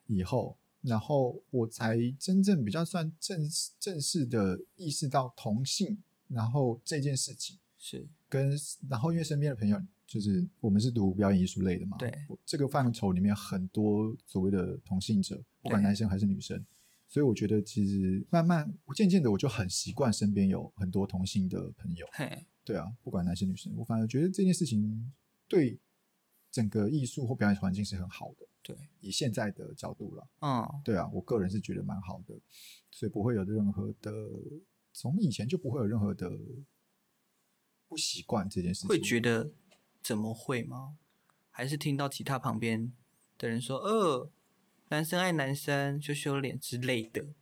Speaker 1: 以后，然后我才真正比较算正正式的意识到同性，然后这件事情
Speaker 3: 是
Speaker 1: 跟然后因为身边的朋友就是我们是读表演艺术类的嘛，
Speaker 3: 对，
Speaker 1: 这个范畴里面很多所谓的同性者，不管
Speaker 3: 对
Speaker 1: 男生还是女生。所以我觉得，其实慢慢、我渐渐的，我就很习惯身边有很多同性的朋友。
Speaker 3: 嘿，
Speaker 1: 对啊，不管男生女生，我反而觉得这件事情对整个艺术或表演环境是很好的。
Speaker 3: 对，
Speaker 1: 以现在的角度了，
Speaker 3: 嗯，
Speaker 1: 对啊，我个人是觉得蛮好的，所以不会有任何的，从以前就不会有任何的不习惯这件事情，
Speaker 3: 会觉得怎么会吗？还是听到其他旁边的人说，呃，男生爱男生，羞羞脸之类的，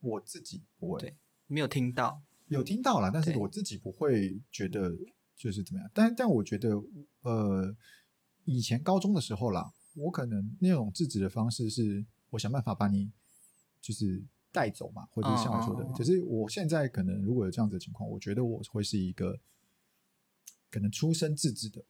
Speaker 1: 我自己不会
Speaker 3: 对没有听到。
Speaker 1: 有听到啦，但是
Speaker 3: 对嗯
Speaker 1: 我自己不会觉得就是怎么样，但但我觉得呃，以前高中的时候啦，我可能那种制止的方式是我想办法把你就是带走嘛，或者是像我说的
Speaker 3: 嗯嗯嗯，嗯
Speaker 1: 只是我现在可能如果有这样子的情况，我觉得我会是一个可能出生制止的。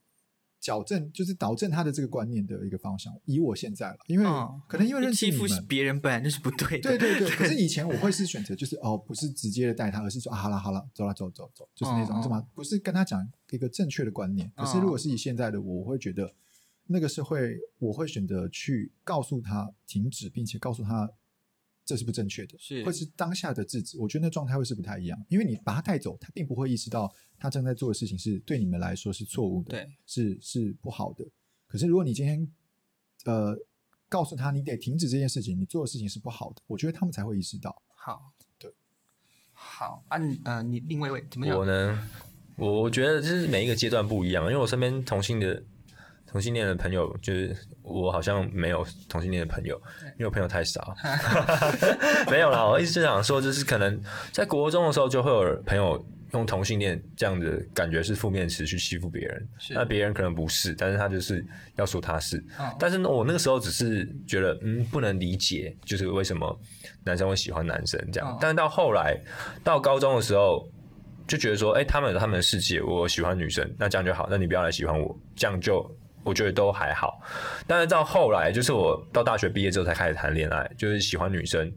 Speaker 1: 矫正就是导正他的这个观念的一个方向。以我现在了，因为、
Speaker 3: 嗯
Speaker 1: 可能因为认识
Speaker 3: 欺
Speaker 1: 你
Speaker 3: 负
Speaker 1: 们，
Speaker 3: 别人本来就是不对的。
Speaker 1: 对对对，
Speaker 3: (laughs)
Speaker 1: 可是以前我会是选择就是哦，不是直接的带他，而是说啊，好了好了，走了走走走，就是那
Speaker 3: 嗯
Speaker 1: 种
Speaker 3: 嗯
Speaker 1: 什么，不是跟他讲一个正确的观念。可是如果是以现在的我，我会觉得那个是会，我会选择去告诉他停止，并且告诉他这是不正确的，
Speaker 3: 是
Speaker 1: 会是当下的制止。我觉得那状态会是不太一样，因为你把他带走，他并不会意识到他正在做的事情是对你们来说是错误的，
Speaker 3: 对，
Speaker 1: 是是不好的。可是如果你今天呃告诉他你得停止这件事情，你做的事情是不好的，我觉得他们才会意识到。
Speaker 3: 好，
Speaker 1: 对，
Speaker 3: 好啊，你呃，你另外一位怎么样
Speaker 2: 我？呢，我我觉得就是每一个阶段不一样，啊因为我身边同性的同性恋的朋友，就是我好像没有同性恋的朋友，因为我朋友太
Speaker 3: (laughs)
Speaker 2: 少。 (laughs) 没有啦，我一直想说，就是可能在国中的时候，就会有朋友用同性恋这样的感觉是负面词去欺负别人，
Speaker 3: 是
Speaker 2: 那别人可能不是，但是他就是要说他是。
Speaker 3: 嗯
Speaker 2: 但是呢，我那个时候只是觉得，嗯，不能理解，就是为什么男生会喜欢男生这样。
Speaker 3: 嗯
Speaker 2: 但是到后来，到高中的时候，就觉得说，哎、他们有他们的世界，我喜欢女生，那这样就好，那你不要来喜欢我，这样就我觉得都还好。但是到后来，就是我到大学毕业之后才开始谈恋爱，就是喜欢女生，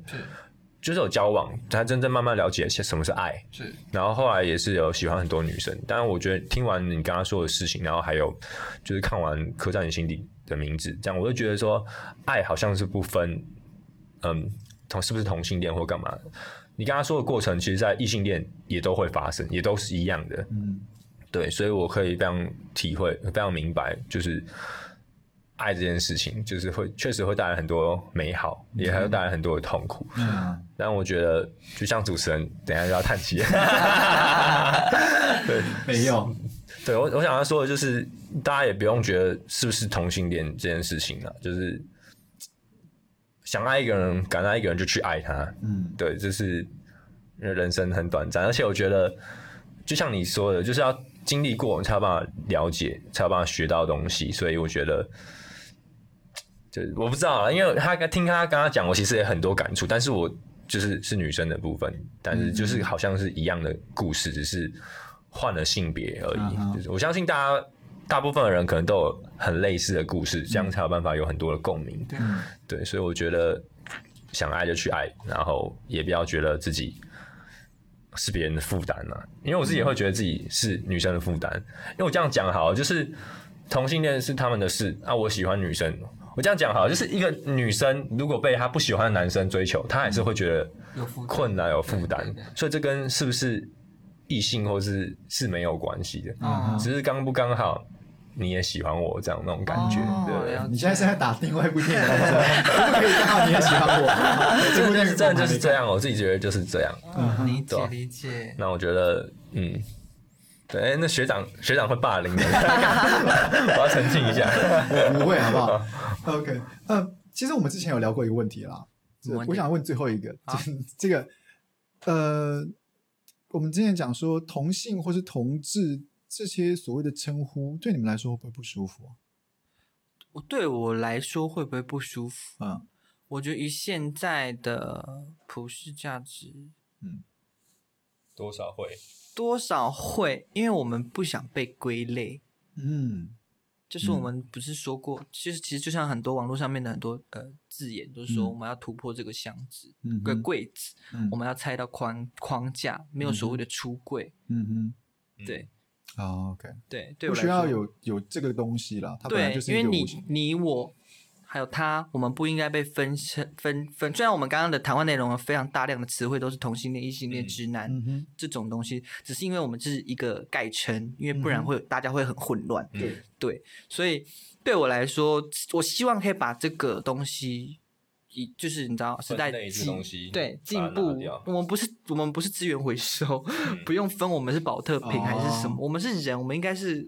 Speaker 2: 就是有交往，才真正慢慢了解什么是爱。
Speaker 3: 是是
Speaker 2: 然后后来也是有喜欢很多女生，但是我觉得听完你刚刚说的事情，然后还有就是看完《刻在你心底的名字》，这样我就觉得说，爱好像是不分，嗯，同是不是同性恋或干嘛的。你刚刚说的过程，其实，在异性恋也都会发生，也都是一样的。
Speaker 1: 嗯，
Speaker 2: 对，所以我可以非常体会，非常明白，就是爱这件事情，就是会确实会带来很多美好，也还会带来很多的痛苦。
Speaker 1: 嗯，
Speaker 2: 但我觉得，就像主持人等一下就要叹气，
Speaker 1: 没有，
Speaker 2: 对我，我想要说的就是，大家也不用觉得是不是同性恋这件事情啊，就是想爱一个人，敢爱一个人就去爱他。
Speaker 1: (laughs) 嗯，
Speaker 2: 对，就是因为人生很短暂，而且我觉得，就像你说的，就是要经历过，你才有办法了解，才有办法学到东西。所以我觉得，就我不知道啊，因为他听他刚刚讲，我其实也很多感触，但是我就是是女生的部分，但是就是
Speaker 1: 嗯
Speaker 2: 好像是一样的故事，只是换了性别而已。
Speaker 1: 嗯哼
Speaker 2: 就是我相信大家。大部分的人可能都有很类似的故事，
Speaker 1: 嗯
Speaker 2: 这样才有办法有很多的共鸣。
Speaker 3: 对
Speaker 2: 对，所以我觉得想爱就去爱，然后也不要觉得自己是别人的负担啊，因为我自己也会觉得自己是女生的负担，因为我这样讲好了，就是同性恋是他们的事啊，我喜欢女生，我这样讲好了，就是一个女生如果被她不喜欢的男生追求，她还是会觉得
Speaker 3: 有负担
Speaker 2: 困难有负
Speaker 3: 对
Speaker 2: 担
Speaker 3: 对对，
Speaker 2: 所以这跟是不是异性或是是没有关系的，
Speaker 1: 嗯
Speaker 2: 只是刚不刚好你也喜欢我这样那种感觉，
Speaker 3: 哦
Speaker 2: 对不对
Speaker 3: 了解
Speaker 1: 你现在是在打另外一部电影，是
Speaker 3: (laughs)
Speaker 1: 吧可不可以刚好你也喜欢我？这部电影啊
Speaker 2: 这
Speaker 1: 我还
Speaker 2: 样
Speaker 1: 没
Speaker 2: 就是这
Speaker 3: (laughs)
Speaker 1: 看。
Speaker 2: 样，我自己觉得就是这样。
Speaker 3: 嗯理
Speaker 2: 对啊
Speaker 3: 解理解。
Speaker 2: 那我觉得，嗯，对，哎，那学长学长会霸
Speaker 3: (laughs)
Speaker 2: 凌的，我要澄清一下。
Speaker 1: 不会，好不好？OK，呃，其实我们之前有聊过一个问题啦，
Speaker 3: 什么问题
Speaker 1: 我想问最后一个，
Speaker 3: 好
Speaker 1: 这这个，呃，我们之前讲说同性或是同志这些所谓的称呼，对你们来说会不会不舒服啊？
Speaker 3: 我对我来说会不会不舒服？
Speaker 1: 嗯
Speaker 3: 我觉得以现在的普世价值，
Speaker 2: 多少会？
Speaker 3: 多少会，因为我们不想被归类。
Speaker 1: 嗯
Speaker 3: 就是我
Speaker 1: 嗯
Speaker 3: 们不是说过，其实其实就像很多网络上面的很多呃字眼，都是说
Speaker 1: 嗯
Speaker 3: 我们要突破这个箱子、
Speaker 1: 嗯
Speaker 3: 个
Speaker 1: 哼
Speaker 3: 柜子，
Speaker 1: 嗯
Speaker 3: 我们要拆到框框架，没有所谓的出柜。
Speaker 1: 嗯
Speaker 3: 对
Speaker 1: 哼，好 OK，
Speaker 3: 对对，
Speaker 1: 不
Speaker 3: 我来
Speaker 1: 需要
Speaker 3: 说
Speaker 1: 有有这个东西啦，啊它本来
Speaker 3: 对
Speaker 1: 就，是
Speaker 3: 因
Speaker 1: 一
Speaker 3: 为
Speaker 1: 个
Speaker 3: 你
Speaker 1: 无形
Speaker 3: 你我还有他，我们不应该被分成分分。虽然我们刚刚的谈话内容有非常大量的词汇都是同性恋、异性恋、
Speaker 2: 嗯
Speaker 3: 直男、
Speaker 1: 嗯哼，
Speaker 3: 这种东西，只是因为我们是一个概称，因为不然
Speaker 1: 嗯哼
Speaker 3: 会、大家会很混乱。
Speaker 2: 嗯
Speaker 1: 对，
Speaker 3: 对，所以对我来说，我希望可以把这个东西以就是你知道时
Speaker 2: 分
Speaker 3: 代
Speaker 2: 类这
Speaker 3: 进
Speaker 2: 东西
Speaker 3: 对进
Speaker 2: 把它拿
Speaker 3: 步
Speaker 2: 掉，
Speaker 3: 我们不是我们不是资源回收，不用分我们是保特瓶还是什么，
Speaker 1: 哦
Speaker 3: 我们是人，我们应该是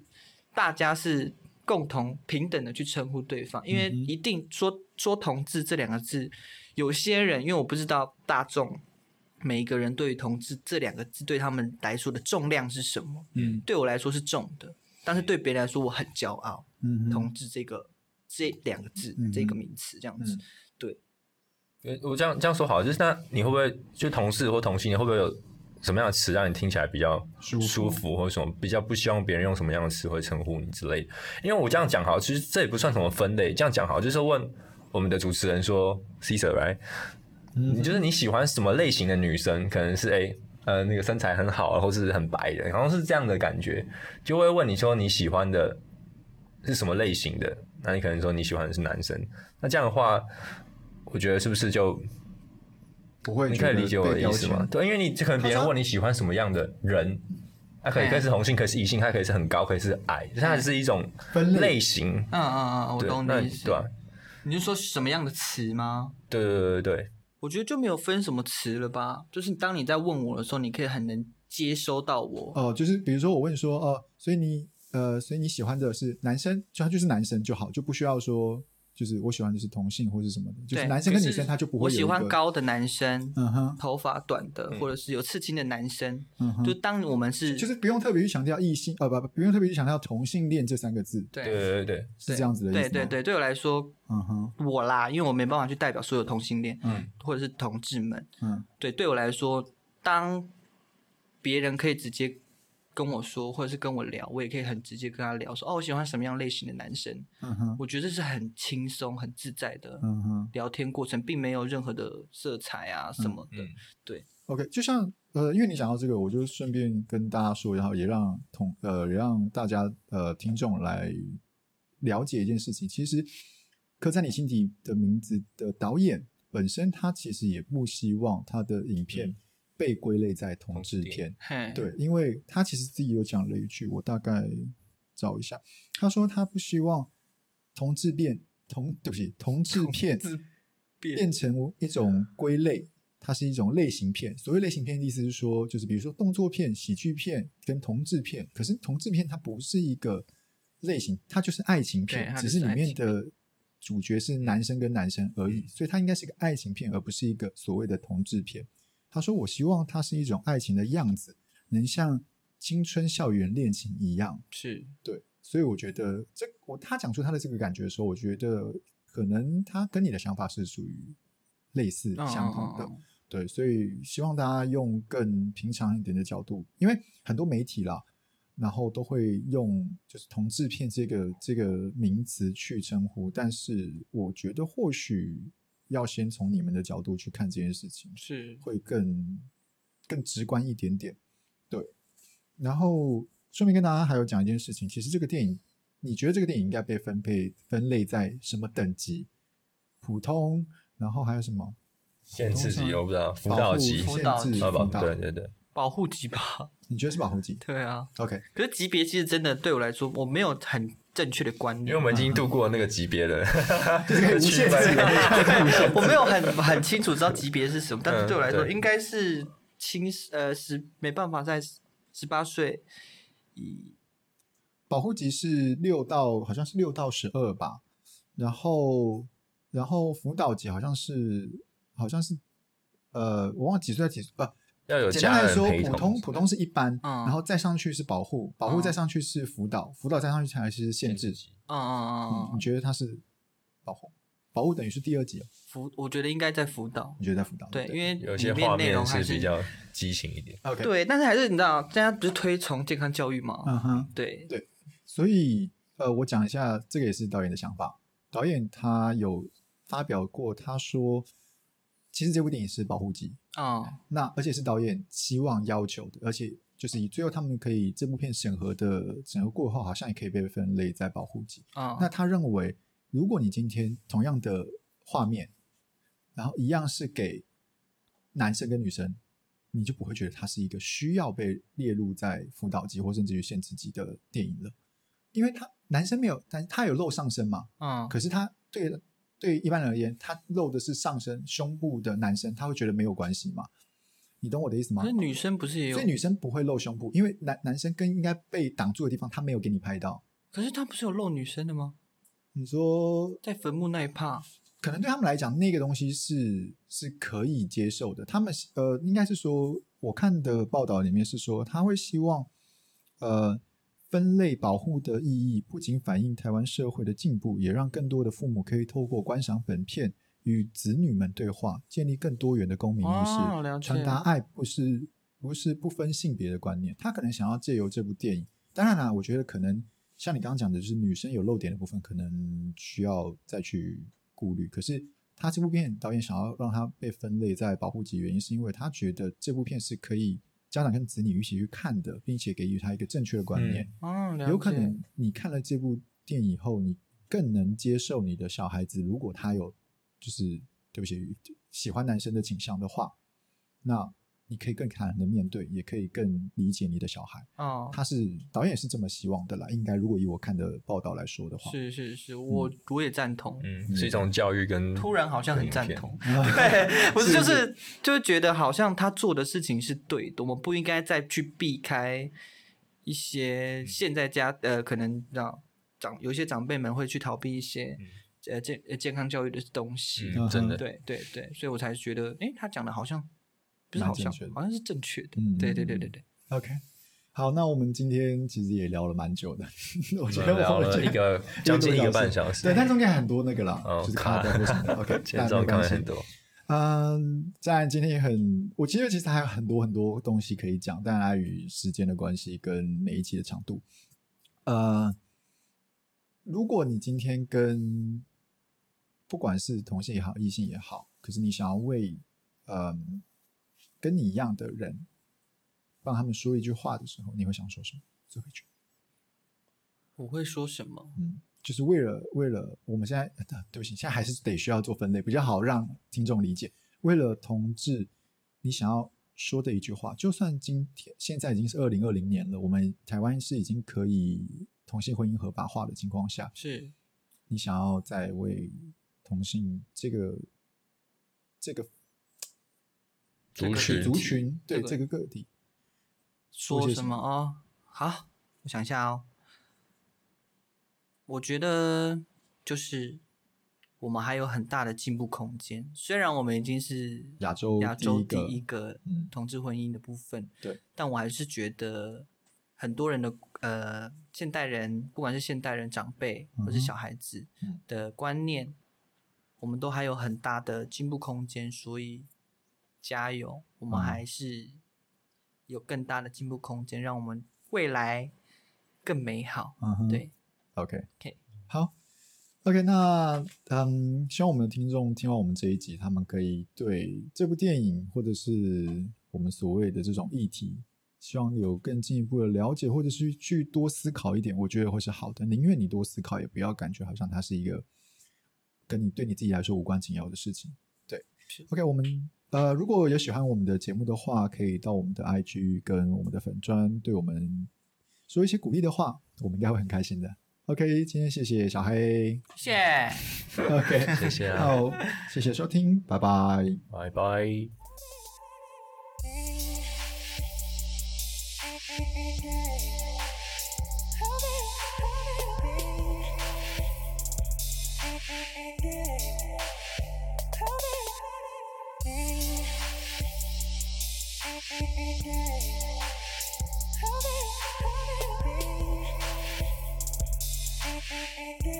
Speaker 3: 大家是共同平等的去称呼对方，因为
Speaker 1: 嗯哼
Speaker 3: 一定说说同志这两个字，有些人因为我不知道大众每一个人对于同志这两个字对他们来说的重量是什么，
Speaker 1: 嗯
Speaker 3: 对我来说是重的，但是对别人来说我很骄傲。
Speaker 1: 嗯
Speaker 3: 同志这个这两个字、
Speaker 1: 嗯
Speaker 3: 这个名词这样子。
Speaker 1: 嗯
Speaker 2: 呃我这样这样说好，就是那你会不会就同事或同性恋会不会有什么样的词让你听起来比较
Speaker 1: 舒服
Speaker 2: 舒服，或者什么比较不希望别人用什么样的词汇称呼你之类的？因为我这样讲好，其实这也不算什么分类。这样讲好，就是问我们的主持人说，Cesar right，、你
Speaker 1: 嗯
Speaker 2: 就是你喜欢什么类型的女生？可能是哎、呃那个身材很好，或是很白的，好像是这样的感觉，就会问你说你喜欢的是什么类型的？那你可能说你喜欢的是男生，那这样的话。我觉得是不是就
Speaker 1: 不会
Speaker 2: 你
Speaker 1: 觉
Speaker 2: 可
Speaker 1: 得
Speaker 2: 以理解我的
Speaker 1: 被
Speaker 2: 意
Speaker 1: 标
Speaker 2: 思吗
Speaker 1: 签？？
Speaker 2: 对，因为你可能别人问你喜欢什么样的人，他可以
Speaker 3: 哎
Speaker 2: 可以是同性，可以是异性，他可以是很高，可以是矮，就是它是一种
Speaker 1: 分类
Speaker 2: 类型。
Speaker 3: 嗯嗯嗯，我
Speaker 2: 对，
Speaker 3: 懂
Speaker 2: 那
Speaker 3: 你意
Speaker 2: 你
Speaker 3: 思。
Speaker 2: 对啊吧？
Speaker 3: 你是说什么样的词吗？
Speaker 2: 对对对对对，
Speaker 3: 我觉得就没有分什么词了吧。就是当你在问我的时候，你可以很能接收到我。
Speaker 1: 哦、就是比如说我问说，哦、所以你呃，所以你喜欢的是男生，就他就是男生就好，就不需要说就是我喜欢的是同性或是什么的，就是
Speaker 3: 对
Speaker 1: 男生跟
Speaker 3: 可
Speaker 1: 女
Speaker 3: 是
Speaker 1: 生他就不会
Speaker 3: 我
Speaker 1: 有
Speaker 3: 喜
Speaker 1: 一
Speaker 3: 欢
Speaker 1: 个，
Speaker 3: 高的男生，
Speaker 1: 嗯哼，
Speaker 3: 头发短的，
Speaker 2: 嗯
Speaker 3: 或者是有刺青的男生。
Speaker 1: 嗯
Speaker 3: 就
Speaker 1: 哼，
Speaker 3: 当我们是
Speaker 1: 就是不用特别去强调异性，呃，不，不不用特别去强调同性恋这三个字，
Speaker 3: 对
Speaker 2: 对对对对，
Speaker 1: 是这样子的意思
Speaker 3: 对
Speaker 1: 吗？
Speaker 3: 对，对，对我来说，
Speaker 1: 嗯哼，
Speaker 3: 我啦，因为我没办法去代表所有同性恋
Speaker 1: 嗯
Speaker 3: 或者是同志们。
Speaker 1: 嗯
Speaker 3: 对，对我来说，当别人可以直接跟我说，或者是跟我聊，我也可以很直接跟他聊说，哦，我喜欢什么样类型的男生。
Speaker 1: 嗯哼，
Speaker 3: 我觉得这是很轻松、很自在的
Speaker 1: 嗯哼。
Speaker 3: 聊天过程，并没有任何的色彩啊什么的。
Speaker 2: 嗯
Speaker 1: OK，就像呃，因为你讲到这个，我就顺便跟大家说，然后也让同呃也让大家呃听众来了解一件事情。其实《刻在你心底的名字》的导演本身，他其实也不希望他的影片被归类在嗯同志片，
Speaker 3: 嘿，
Speaker 1: 对，因为他其实自己有讲了一句，我大概找一下，他说他不希望同志恋同对不起同志片
Speaker 3: 自
Speaker 1: 变成一种归类，它是一种类型片。所谓类型片的意思是说，就是比如说动作片、喜剧片跟同志片，可是同志片它不是一个类型，它就是爱情
Speaker 3: 对
Speaker 1: 片，
Speaker 3: 它
Speaker 1: 只
Speaker 3: 就是
Speaker 1: 里
Speaker 3: 爱
Speaker 1: 面
Speaker 3: 情
Speaker 1: 的。主角是男生跟男生而已，所以它应该是一个爱情片，而不是一个所谓的同志片。他说：“我希望它是一种爱情的样子，能像青春校园恋情一样。
Speaker 3: 是，”
Speaker 1: 对，所以我觉得这我他讲出他的这个感觉的时候，我觉得可能他跟你的想法是属于类似
Speaker 3: 嗯
Speaker 1: 相同的。
Speaker 3: 嗯嗯嗯
Speaker 1: 对，所以希望大家用更平常一点的角度，因为很多媒体啦，然后都会用就是同志片这个这个名词去称呼，但是我觉得或许要先从你们的角度去看这件事情。
Speaker 3: 是，
Speaker 1: 会更更直观一点点。对，然后顺便跟大家还有讲一件事情，其实这个电影，你觉得这个电影应该被分配分类在什么等级？普通，然后还有什么
Speaker 2: 限制级哦我不知道，辅
Speaker 1: 保
Speaker 2: 导
Speaker 1: 护
Speaker 2: 级，
Speaker 1: 限
Speaker 3: 导
Speaker 1: 制
Speaker 3: 级
Speaker 2: 啊
Speaker 1: 辅
Speaker 2: 不
Speaker 1: 导？
Speaker 2: 对对对，
Speaker 3: 保护级吧？ (laughs)
Speaker 1: 你觉得是保护级
Speaker 3: 对啊，
Speaker 1: ？OK，
Speaker 3: 可是级别其实真的对我来说，我没有很正确的观
Speaker 2: 因
Speaker 3: 念
Speaker 2: 为我。
Speaker 3: (laughs)
Speaker 2: 们已经度过那个级别了，
Speaker 1: (laughs) 就是可以无限制的。
Speaker 3: 对，我没有很
Speaker 2: (laughs)
Speaker 3: 很清楚知道级别是什么，但是
Speaker 2: 嗯
Speaker 3: 对我来说
Speaker 2: 对
Speaker 3: 应该是轻呃十没办法在十八岁
Speaker 1: 保护级是六到好像是六到十二吧，然后然后辅导级好像是好像是呃我忘了几岁到几岁啊？
Speaker 2: (laughs) 要有
Speaker 1: 简
Speaker 2: 家
Speaker 1: 单来
Speaker 2: 人
Speaker 1: 说，
Speaker 2: 陪
Speaker 1: 普
Speaker 2: 同
Speaker 1: 通。普通是一般，
Speaker 3: 嗯
Speaker 1: 然后再上去是保护，保护
Speaker 3: 嗯
Speaker 1: 再上去是辅导，辅导再上去才是限制。
Speaker 3: 嗯嗯
Speaker 1: 嗯，
Speaker 3: 嗯
Speaker 1: 你，觉得它是保护？保护等于是第二级哦，
Speaker 3: 辅我觉得应该在辅导，
Speaker 1: 你觉得在辅导？
Speaker 3: 对，
Speaker 1: 不
Speaker 3: 因为
Speaker 2: 有些
Speaker 3: 里
Speaker 2: 画
Speaker 3: 面内
Speaker 2: 面
Speaker 3: 容还
Speaker 2: 比较激情一点，
Speaker 1: OK，，
Speaker 3: 对，但是还是你知道，大家不是推崇健康教育嘛？
Speaker 1: 嗯哼，
Speaker 3: 对，
Speaker 1: 所以呃，我讲一下，这个也是导演的想法。导演他有发表过，他说，其实这部电影是保护级，
Speaker 3: 嗯，
Speaker 1: 那而且是导演希望要求的，而且就是以最后他们可以这部片审核的审核过后，好像也可以被分类在保护级。
Speaker 3: 嗯，
Speaker 1: 那他认为，如果你今天同样的画面，然后一样是给男生跟女生，你就不会觉得它是一个需要被列入在辅导级或甚至于限制级的电影了，因为他男生没有，但他有露上身嘛，
Speaker 3: 嗯，
Speaker 1: 可是他对对一般人而言，他露的是上身胸部的男生，他会觉得没有关系嘛？你懂我的意思吗
Speaker 3: 可是？女生不是也有
Speaker 1: 所以？女生不会露胸部，因为男男生更应该被挡住的地方，他没有给你拍到。
Speaker 3: 可是她不是有露女生的吗？
Speaker 1: 你说，
Speaker 3: 在坟墓那一趴，
Speaker 1: 可能对他们来讲，那个东西是是可以接受的。他们呃，应该是说，我看的报道里面是说，他会希望呃，分类保护的意义不仅反映台湾社会的进步，也让更多的父母可以透过观赏本片与子女们对话，建立更多元的公民意识，
Speaker 3: 哦了解
Speaker 1: 传达爱不是不是不分性别的观念。他可能想要借由这部电影，当然啦，我觉得可能像你刚刚讲的，就是女生有露点的部分，可能需要再去顾虑。可是他这部片导演想要让他被分类在保护级，原因是因为他觉得这部片是可以家长跟子女一起去看的，并且给予他一个正确的观念。
Speaker 2: 嗯
Speaker 3: 嗯，了解
Speaker 1: 有可能你看了这部电影以后，你更能接受你的小孩子，如果他有就是对不起喜欢男生的倾向的话，那你可以更坦然的面对，也可以更理解你的小孩。
Speaker 3: 哦，
Speaker 1: 他是导演是这么希望的啦，应该如果以我看的报道来说的话，
Speaker 3: 是是
Speaker 1: 嗯
Speaker 3: 是，我我也赞同。
Speaker 2: 嗯，是一种教育跟
Speaker 3: 突然好像很赞
Speaker 2: 影片
Speaker 3: 同，
Speaker 1: 啊
Speaker 3: 对，不是
Speaker 1: (laughs) 是
Speaker 3: 就是就是觉得好像他做的事情是对的，我们不应该再去避开一些
Speaker 2: 嗯
Speaker 3: 现在家呃可能让长有一些长辈们会去逃避一些呃健呃健康教育的东西，
Speaker 2: 嗯，真的，
Speaker 3: 对对对，所以我才觉得诶，他讲的好像不是
Speaker 1: 蛮
Speaker 3: 好像
Speaker 1: 正确的
Speaker 3: 好像是正确的，
Speaker 1: 嗯
Speaker 3: 对对对对对，
Speaker 1: OK。好，那我们今天其实也聊了蛮久的， (laughs) 我觉
Speaker 2: 我
Speaker 1: 得
Speaker 2: 们聊
Speaker 1: 我们
Speaker 2: 了
Speaker 1: 这
Speaker 2: 一
Speaker 1: (laughs)
Speaker 2: 个将近一个半小时
Speaker 1: 对，，但中间很多那个啦，
Speaker 2: 哦
Speaker 1: 就是卡掉或什么的。OK，
Speaker 2: (laughs) 前
Speaker 1: 但
Speaker 2: 奏
Speaker 1: 没
Speaker 2: 看
Speaker 1: 关
Speaker 2: 了
Speaker 1: 系
Speaker 2: 很多，
Speaker 1: 嗯，当然今天也很，我其实其实还有很多很多东西可以讲，但碍于时间的关系跟每一期的长度，呃，如果你今天跟不管是同性也好，异性也好，可是你想要为嗯、跟你一样的人帮他们说一句话的时候，你会想说什么？最后一句，
Speaker 3: 我会说什么？
Speaker 1: 嗯，就是为了为了我们现在、 (laughs) 呃对不起，现在还是得需要做分类，比较好让听众理解。为了同志，你想要说的一句话，就算今天现在已经是二零二零年了，我们台湾是已经可以同性婚姻合法化的情况下，
Speaker 3: 是
Speaker 1: 你想要再为同性这个这个
Speaker 3: 这
Speaker 2: 族
Speaker 3: 个
Speaker 2: 群
Speaker 1: 族群对
Speaker 3: 这个
Speaker 1: 这个个体
Speaker 3: 说
Speaker 1: 些
Speaker 3: 什
Speaker 1: 什
Speaker 3: 么哦？好，我想一下哦。我觉得就是我们还有很大的进步空间。虽然我们已经是
Speaker 1: 亚洲
Speaker 3: 亚洲第
Speaker 1: 第一
Speaker 3: 一
Speaker 1: 个
Speaker 3: 个
Speaker 1: 嗯
Speaker 3: 同志婚姻的部分，
Speaker 1: 对，
Speaker 3: 但我还是觉得很多人的呃，现代人不管是现代人长辈或是
Speaker 1: 嗯哼
Speaker 3: 小孩子
Speaker 1: 嗯
Speaker 3: 的观念，我们都还有很大的进步空间，所以加油，我
Speaker 1: 嗯
Speaker 3: 们还是有更大的进步空间，让我们未来更美好。
Speaker 1: 嗯哼
Speaker 3: 对，
Speaker 1: OK
Speaker 3: OK
Speaker 1: 好，OK，那嗯，希望我们的听众听完我们这一集，他们可以对这部电影或者是我们所谓的这种议题，希望有更进一步的了解，或者是去多思考一点，我觉得会是好的。宁愿你多思考，也不要感觉好像它是一个跟你对你自己来说无关紧要的事情。对，OK，我们。呃，如果有喜欢我们的节目的话，可以到我们的 IG 跟我们的粉砖，对我们说一些鼓励的话，我们应该会很开心的。OK，今天谢谢小
Speaker 2: (laughs)
Speaker 1: 黑。
Speaker 3: 谢谢。
Speaker 1: OK，
Speaker 2: 谢谢啊
Speaker 1: 好，谢谢收听，拜拜。
Speaker 2: 拜拜。
Speaker 4: Yeah.